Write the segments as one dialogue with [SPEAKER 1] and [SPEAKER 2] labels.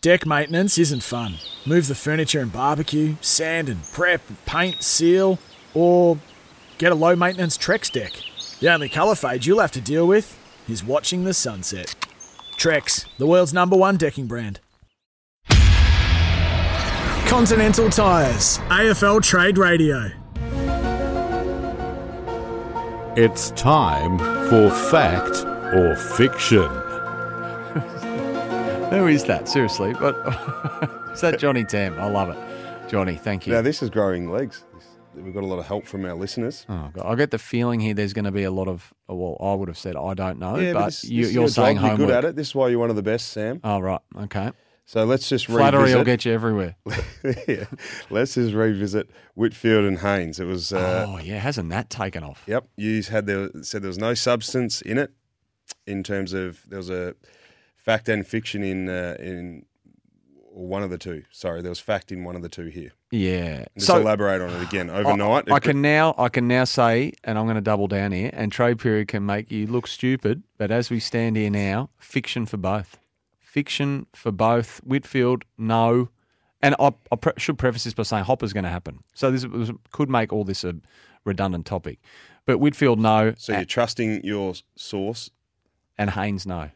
[SPEAKER 1] Deck maintenance isn't fun. Move the furniture and barbecue, sand and prep, paint, seal, or get a low maintenance Trex deck. The only colour fade you'll have to deal with is watching the sunset. Trex, the world's number one decking brand. Continental Tires, AFL Trade Radio.
[SPEAKER 2] It's time for fact or fiction.
[SPEAKER 3] Who is that? Seriously, but is that Johnny Tam? I love it, Johnny. Thank you.
[SPEAKER 4] Now this is growing legs. We've got a lot of help from our listeners.
[SPEAKER 3] oh, God. I get the feeling here. There's going to be a lot of. Well, I would have said I don't know,
[SPEAKER 4] Yeah,
[SPEAKER 3] but,
[SPEAKER 4] this-
[SPEAKER 3] you,
[SPEAKER 4] this is
[SPEAKER 3] you're
[SPEAKER 4] your
[SPEAKER 3] saying
[SPEAKER 4] job.
[SPEAKER 3] homework.
[SPEAKER 4] You're good at it. This is why you're one of the best, Sam.
[SPEAKER 3] Oh right, okay.
[SPEAKER 4] So let's just
[SPEAKER 3] Flattery will
[SPEAKER 4] revisit.
[SPEAKER 3] get you everywhere.
[SPEAKER 4] yeah. Let's just revisit Whitfield and Haynes. It was. Uh,
[SPEAKER 3] oh yeah, hasn't that taken off?
[SPEAKER 4] Yep. You had the, said there was no substance in it, in terms of there was a fact and fiction in uh, in one of the two. Sorry, there was fact in one of the two here.
[SPEAKER 3] Yeah.
[SPEAKER 4] Just elaborate on it again overnight.
[SPEAKER 3] I, I
[SPEAKER 4] it-
[SPEAKER 3] can now I can now say, and I'm going to double down here. And trade period can make you look stupid, but as we stand here now, fiction for both, fiction for both. Whitfield, no, and I, I pre- should preface this by saying Hopper's going to happen. So this was, could make all this a redundant topic, but Whitfield, no,
[SPEAKER 4] So you're trusting your source,
[SPEAKER 3] and Haynes, no,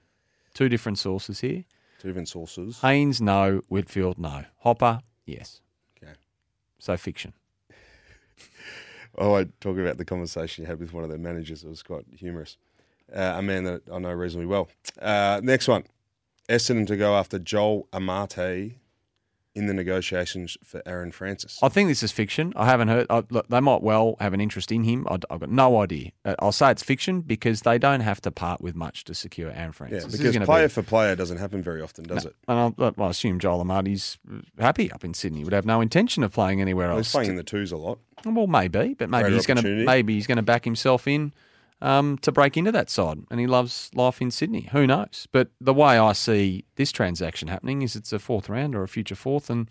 [SPEAKER 3] two different sources here.
[SPEAKER 4] two different sources.
[SPEAKER 3] Haynes, no. Whitfield, no. Hopper, yes.
[SPEAKER 4] Okay.
[SPEAKER 3] So fiction.
[SPEAKER 4] Oh, I talk about the conversation you had with one of their managers. It was quite humorous. Uh, a man that I know reasonably well. Uh, next one. Essendon to go after Joel Amate in the negotiations for Aaron Francis.
[SPEAKER 3] I think this is fiction. I haven't heard. I, look, they might well have an interest in him. I, have got no idea. Uh, I'll say it's fiction because they don't have to part with much to secure Aaron
[SPEAKER 4] yeah,
[SPEAKER 3] Francis. This is
[SPEAKER 4] because
[SPEAKER 3] gonna
[SPEAKER 4] player
[SPEAKER 3] be,
[SPEAKER 4] for player doesn't happen very often, does it?
[SPEAKER 3] and I, look, I assume Joel Amati's happy up in Sydney. Would have no intention of playing anywhere
[SPEAKER 4] Well, he's
[SPEAKER 3] else.
[SPEAKER 4] playing in the twos a lot.
[SPEAKER 3] well, maybe, but maybe
[SPEAKER 4] Greater
[SPEAKER 3] he's going to
[SPEAKER 4] opportunity.
[SPEAKER 3] maybe he's going to back himself in um, to break into that side, and he loves life in Sydney. Who knows? But the way I see this transaction happening is it's a fourth round or a future fourth, and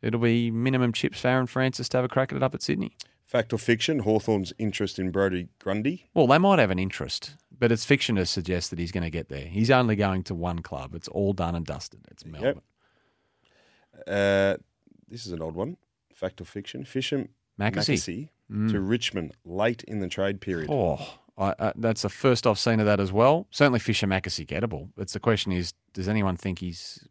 [SPEAKER 3] it'll be minimum chips for Aaron Francis to have a crack at it up at Sydney.
[SPEAKER 4] Fact or fiction, Hawthorn's interest in Brody Grundy.
[SPEAKER 3] Well, they might have an interest, but it's fiction to suggest that he's going to get there. He's only going to one club. It's all done and dusted. It's Melbourne.
[SPEAKER 4] Uh, this is an old one. Fact or fiction, Fisher
[SPEAKER 3] Mackesy.
[SPEAKER 4] Mackesy to Richmond late in the trade period.
[SPEAKER 3] Mm. Oh, I, uh, that's the first I've seen of that as well. Certainly Fisher Mackesy gettable. It's the question is, does anyone think he's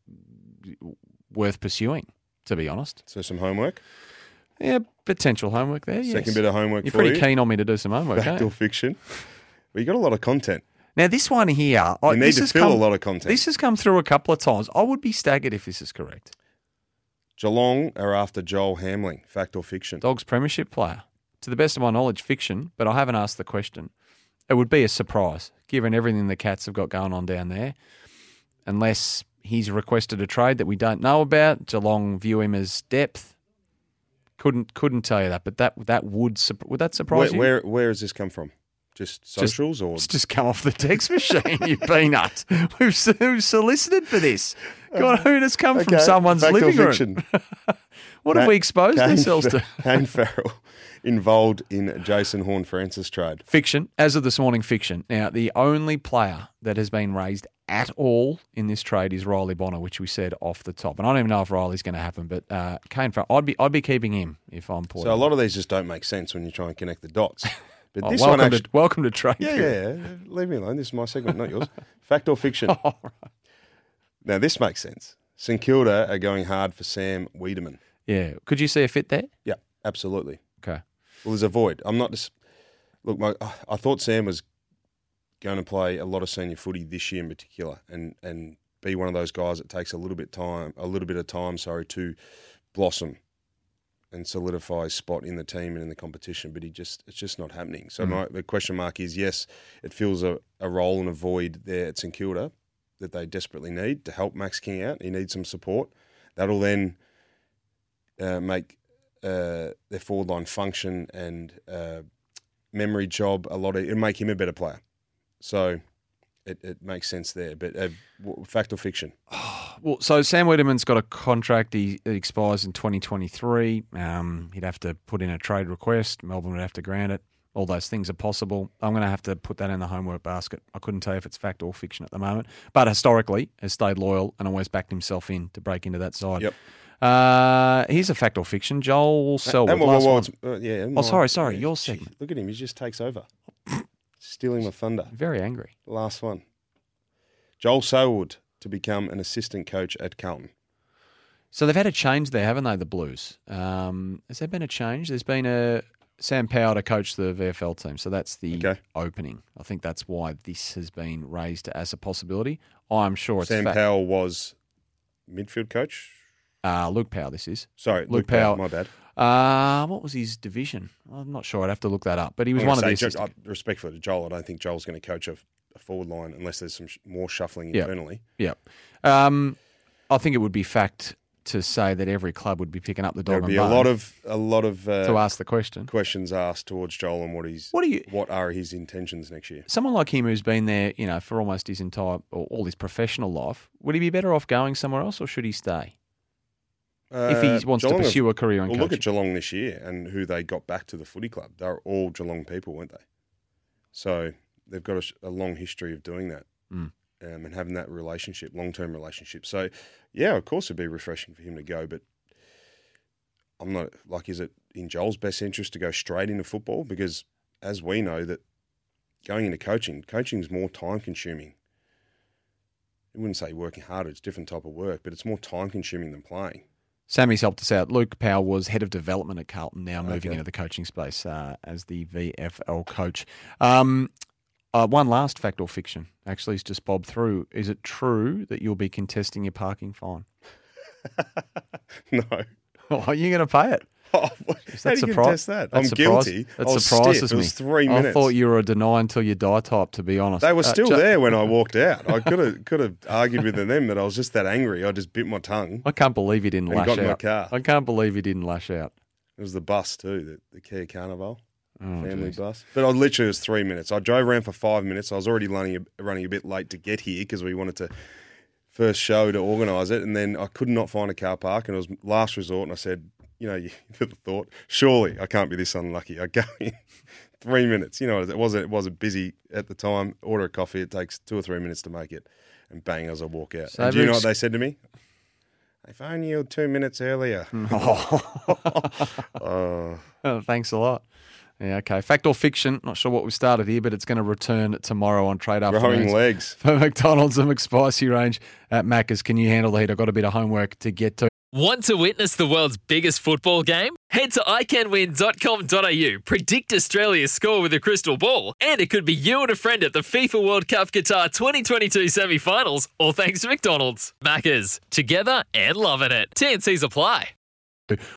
[SPEAKER 3] worth pursuing? To be honest,
[SPEAKER 4] So some homework.
[SPEAKER 3] yeah, potential homework there. Oh, yes.
[SPEAKER 4] Second bit of homework
[SPEAKER 3] You're
[SPEAKER 4] for
[SPEAKER 3] pretty
[SPEAKER 4] you.
[SPEAKER 3] keen on me to do some homework. eh?
[SPEAKER 4] Fact
[SPEAKER 3] aren't you?
[SPEAKER 4] or fiction. We got a lot of content.
[SPEAKER 3] Now this one here, I,
[SPEAKER 4] You need
[SPEAKER 3] this
[SPEAKER 4] to
[SPEAKER 3] has
[SPEAKER 4] fill a
[SPEAKER 3] come-
[SPEAKER 4] lot of content.
[SPEAKER 3] This has come through a couple of times. I would be staggered if this is correct.
[SPEAKER 4] Geelong are after Joel Hamling. Fact or fiction?
[SPEAKER 3] Dogs premiership player. To the best of my knowledge, fiction, but I haven't asked the question. It would be a surprise, given everything the Cats have got going on down there. Unless he's requested a trade that we don't know about, Geelong view him as depth. Couldn't couldn't tell you that, but that that would surp- would that surprise
[SPEAKER 4] where,
[SPEAKER 3] you?
[SPEAKER 4] where where has this come from? Just socials or
[SPEAKER 3] It's just come off the text machine, you peanut. Who who solicited for this? God, who has come from
[SPEAKER 4] Uh, Okay,
[SPEAKER 3] someone's
[SPEAKER 4] fact or
[SPEAKER 3] living room?
[SPEAKER 4] fiction.
[SPEAKER 3] What have
[SPEAKER 4] Matt-
[SPEAKER 3] we exposed
[SPEAKER 4] Kane
[SPEAKER 3] ourselves to?
[SPEAKER 4] Fer- Kane Farrell involved in Jason Horn Francis trade.
[SPEAKER 3] Fiction, as of this morning, fiction. Now, the only player that has been raised at all in this trade is Riley Bonner, which we said off the top. And I don't even know if Riley's going to happen, but uh, Kane Farrell, I'd be I'd be keeping him if I'm poor.
[SPEAKER 4] So a lot of these just don't make sense when you try and connect the dots. But this
[SPEAKER 3] Oh, welcome
[SPEAKER 4] one actually,
[SPEAKER 3] to welcome to trade.
[SPEAKER 4] yeah,
[SPEAKER 3] period.
[SPEAKER 4] yeah, yeah. Leave me alone. This is my segment, not yours. Fact or fiction? Now this makes sense. St Kilda are going hard for Sam Wiedemann.
[SPEAKER 3] yeah. Could you see a fit there?
[SPEAKER 4] Yeah, absolutely.
[SPEAKER 3] Okay.
[SPEAKER 4] Well, there's a void. I'm not just look. My, I thought Sam was going to play a lot of senior footy this year in particular, and and be one of those guys that takes a little bit time, a little bit of time, sorry, to blossom and solidify his spot in the team and in the competition. But he just it's just not happening. So my, the question mark is yes, it fills a, a role and a void there at St Kilda that they desperately need to help Max King out. He needs some support. That'll then uh, make uh, their forward line function and uh, memory job a lot. Of, it'd make him a better player. So it, it makes sense there. But uh, w- fact or fiction?
[SPEAKER 3] Well, so Sam Wiedemann's got a contract. He it expires in 2023. Um, he'd have to put in a trade request. Melbourne would have to grant it. All those things are possible. I'm going to have to put that in the homework basket. I couldn't tell you if it's fact or fiction at the moment, but historically has stayed loyal and always backed himself in to break into that side.
[SPEAKER 4] Yep.
[SPEAKER 3] Uh, here's a fact or fiction. Joel Selwood.
[SPEAKER 4] well,
[SPEAKER 3] last
[SPEAKER 4] well,
[SPEAKER 3] one.
[SPEAKER 4] it's- uh, yeah,
[SPEAKER 3] Oh, sorry, sorry, your
[SPEAKER 4] Gee,
[SPEAKER 3] segment.
[SPEAKER 4] Look at him. He just takes over. Stealing my thunder.
[SPEAKER 3] Very angry.
[SPEAKER 4] Last one. Joel Selwood to become an assistant coach at Carlton.
[SPEAKER 3] So they've had a change there, haven't they? The Blues. Um, has there been a change? There's been a Sam Power to coach the VFL team. So that's the
[SPEAKER 4] Okay.
[SPEAKER 3] opening. I think that's why this has been raised as a possibility. Oh, I'm sure it's
[SPEAKER 4] Sam
[SPEAKER 3] fact.
[SPEAKER 4] Powell was midfield coach.
[SPEAKER 3] Uh, Luke Power. This is.
[SPEAKER 4] Sorry, Luke,
[SPEAKER 3] Luke
[SPEAKER 4] Powell.
[SPEAKER 3] Powell.
[SPEAKER 4] My bad.
[SPEAKER 3] Uh, what was his division? I'm not sure. I'd have to look that up. But he was
[SPEAKER 4] I'm
[SPEAKER 3] one of
[SPEAKER 4] gonna
[SPEAKER 3] the.
[SPEAKER 4] say,
[SPEAKER 3] assistant-
[SPEAKER 4] Jo- uh, respectfully to Joel, I don't think Joel's going to coach a, a forward line unless there's some sh- more shuffling
[SPEAKER 3] Yeah.
[SPEAKER 4] internally.
[SPEAKER 3] Yeah. Um, I think it would be fact to say that every club would be picking up the dog
[SPEAKER 4] There'll be
[SPEAKER 3] and
[SPEAKER 4] a
[SPEAKER 3] bone
[SPEAKER 4] lot of a lot of
[SPEAKER 3] to
[SPEAKER 4] uh,
[SPEAKER 3] ask the question.
[SPEAKER 4] questions asked towards Joel and what he's
[SPEAKER 3] What do you?
[SPEAKER 4] what are his intentions next year.
[SPEAKER 3] someone like him who's been there, you know, for almost his entire or all his professional life, would he be better off going somewhere else or should he stay? if he
[SPEAKER 4] Uh,
[SPEAKER 3] wants
[SPEAKER 4] Geelong
[SPEAKER 3] to
[SPEAKER 4] have-
[SPEAKER 3] pursue a career in
[SPEAKER 4] Well, look at
[SPEAKER 3] coaching.
[SPEAKER 4] Geelong this year and who they got back to the footy club. They were all Geelong people, weren't they? So they've got a, sh- a long history of doing that
[SPEAKER 3] Mm.
[SPEAKER 4] um, and having that relationship, long term relationship. So, yeah, of course, it'd be refreshing for him to go, but I'm not like, is it in Joel's best interest to go straight into football? Because as we know, that going into coaching, coaching's more time consuming. I wouldn't say working harder, it's a different type of work, but it's more time consuming than playing.
[SPEAKER 3] Sammy's helped us out. Luke Powell was head of development at Carlton, now moving
[SPEAKER 4] Okay.
[SPEAKER 3] into the coaching space uh, as the VFL coach. Um, uh, one last fact or fiction, actually, is just bobbed through. Is it true that you'll be contesting your parking fine?
[SPEAKER 4] no.
[SPEAKER 3] Are you going to pay it?
[SPEAKER 4] Oh, how
[SPEAKER 3] that
[SPEAKER 4] do you
[SPEAKER 3] surpri-
[SPEAKER 4] contest that? I'm
[SPEAKER 3] surprised-
[SPEAKER 4] guilty.
[SPEAKER 3] That
[SPEAKER 4] I was
[SPEAKER 3] surprises
[SPEAKER 4] stiff.
[SPEAKER 3] me.
[SPEAKER 4] It was three
[SPEAKER 3] I
[SPEAKER 4] minutes.
[SPEAKER 3] thought you were a deny until you die type, to be honest.
[SPEAKER 4] they were
[SPEAKER 3] Uh,
[SPEAKER 4] still
[SPEAKER 3] Jo-
[SPEAKER 4] there when I walked out. I could have could have argued with them that I was just that angry. I just bit my tongue.
[SPEAKER 3] I can't believe you didn't
[SPEAKER 4] And
[SPEAKER 3] lash
[SPEAKER 4] got
[SPEAKER 3] out.
[SPEAKER 4] in my car.
[SPEAKER 3] I can't believe you didn't lash out.
[SPEAKER 4] It was the bus too, the, the Kia Carnival
[SPEAKER 3] Oh,
[SPEAKER 4] family
[SPEAKER 3] geez.
[SPEAKER 4] bus. But I literally it was three minutes. I drove around for five minutes. I was already running a, running a bit late to get here because we wanted to first show to organise it, and then I could not find a car park, and it was last resort. And I said, you know, you the thought, surely I can't be this unlucky. I go in three minutes. You know, it wasn't it wasn't busy at the time. Order a coffee. It takes two or three minutes to make it, and bang, as I walk out.
[SPEAKER 3] So
[SPEAKER 4] and do you know
[SPEAKER 3] ex-
[SPEAKER 4] what they said to me? If only you were two minutes earlier.
[SPEAKER 3] Hmm.
[SPEAKER 4] Oh.
[SPEAKER 3] Oh, thanks a lot. Yeah, okay. Fact or fiction? Not sure what we started here, but it's going to return tomorrow on Trade
[SPEAKER 4] growing
[SPEAKER 3] Afternoons
[SPEAKER 4] legs.
[SPEAKER 3] for McDonald's and McSpicy range at Macca's. Can you handle the heat? I've got a bit of homework to get to.
[SPEAKER 5] Want to witness the world's biggest football game? Head to iCanWin.com.au, predict Australia's score with a crystal ball, and it could be you and a friend at the FIFA World Cup Qatar 2022 semi finals, all thanks to McDonald's. Maccas, together and loving it. TNCs apply.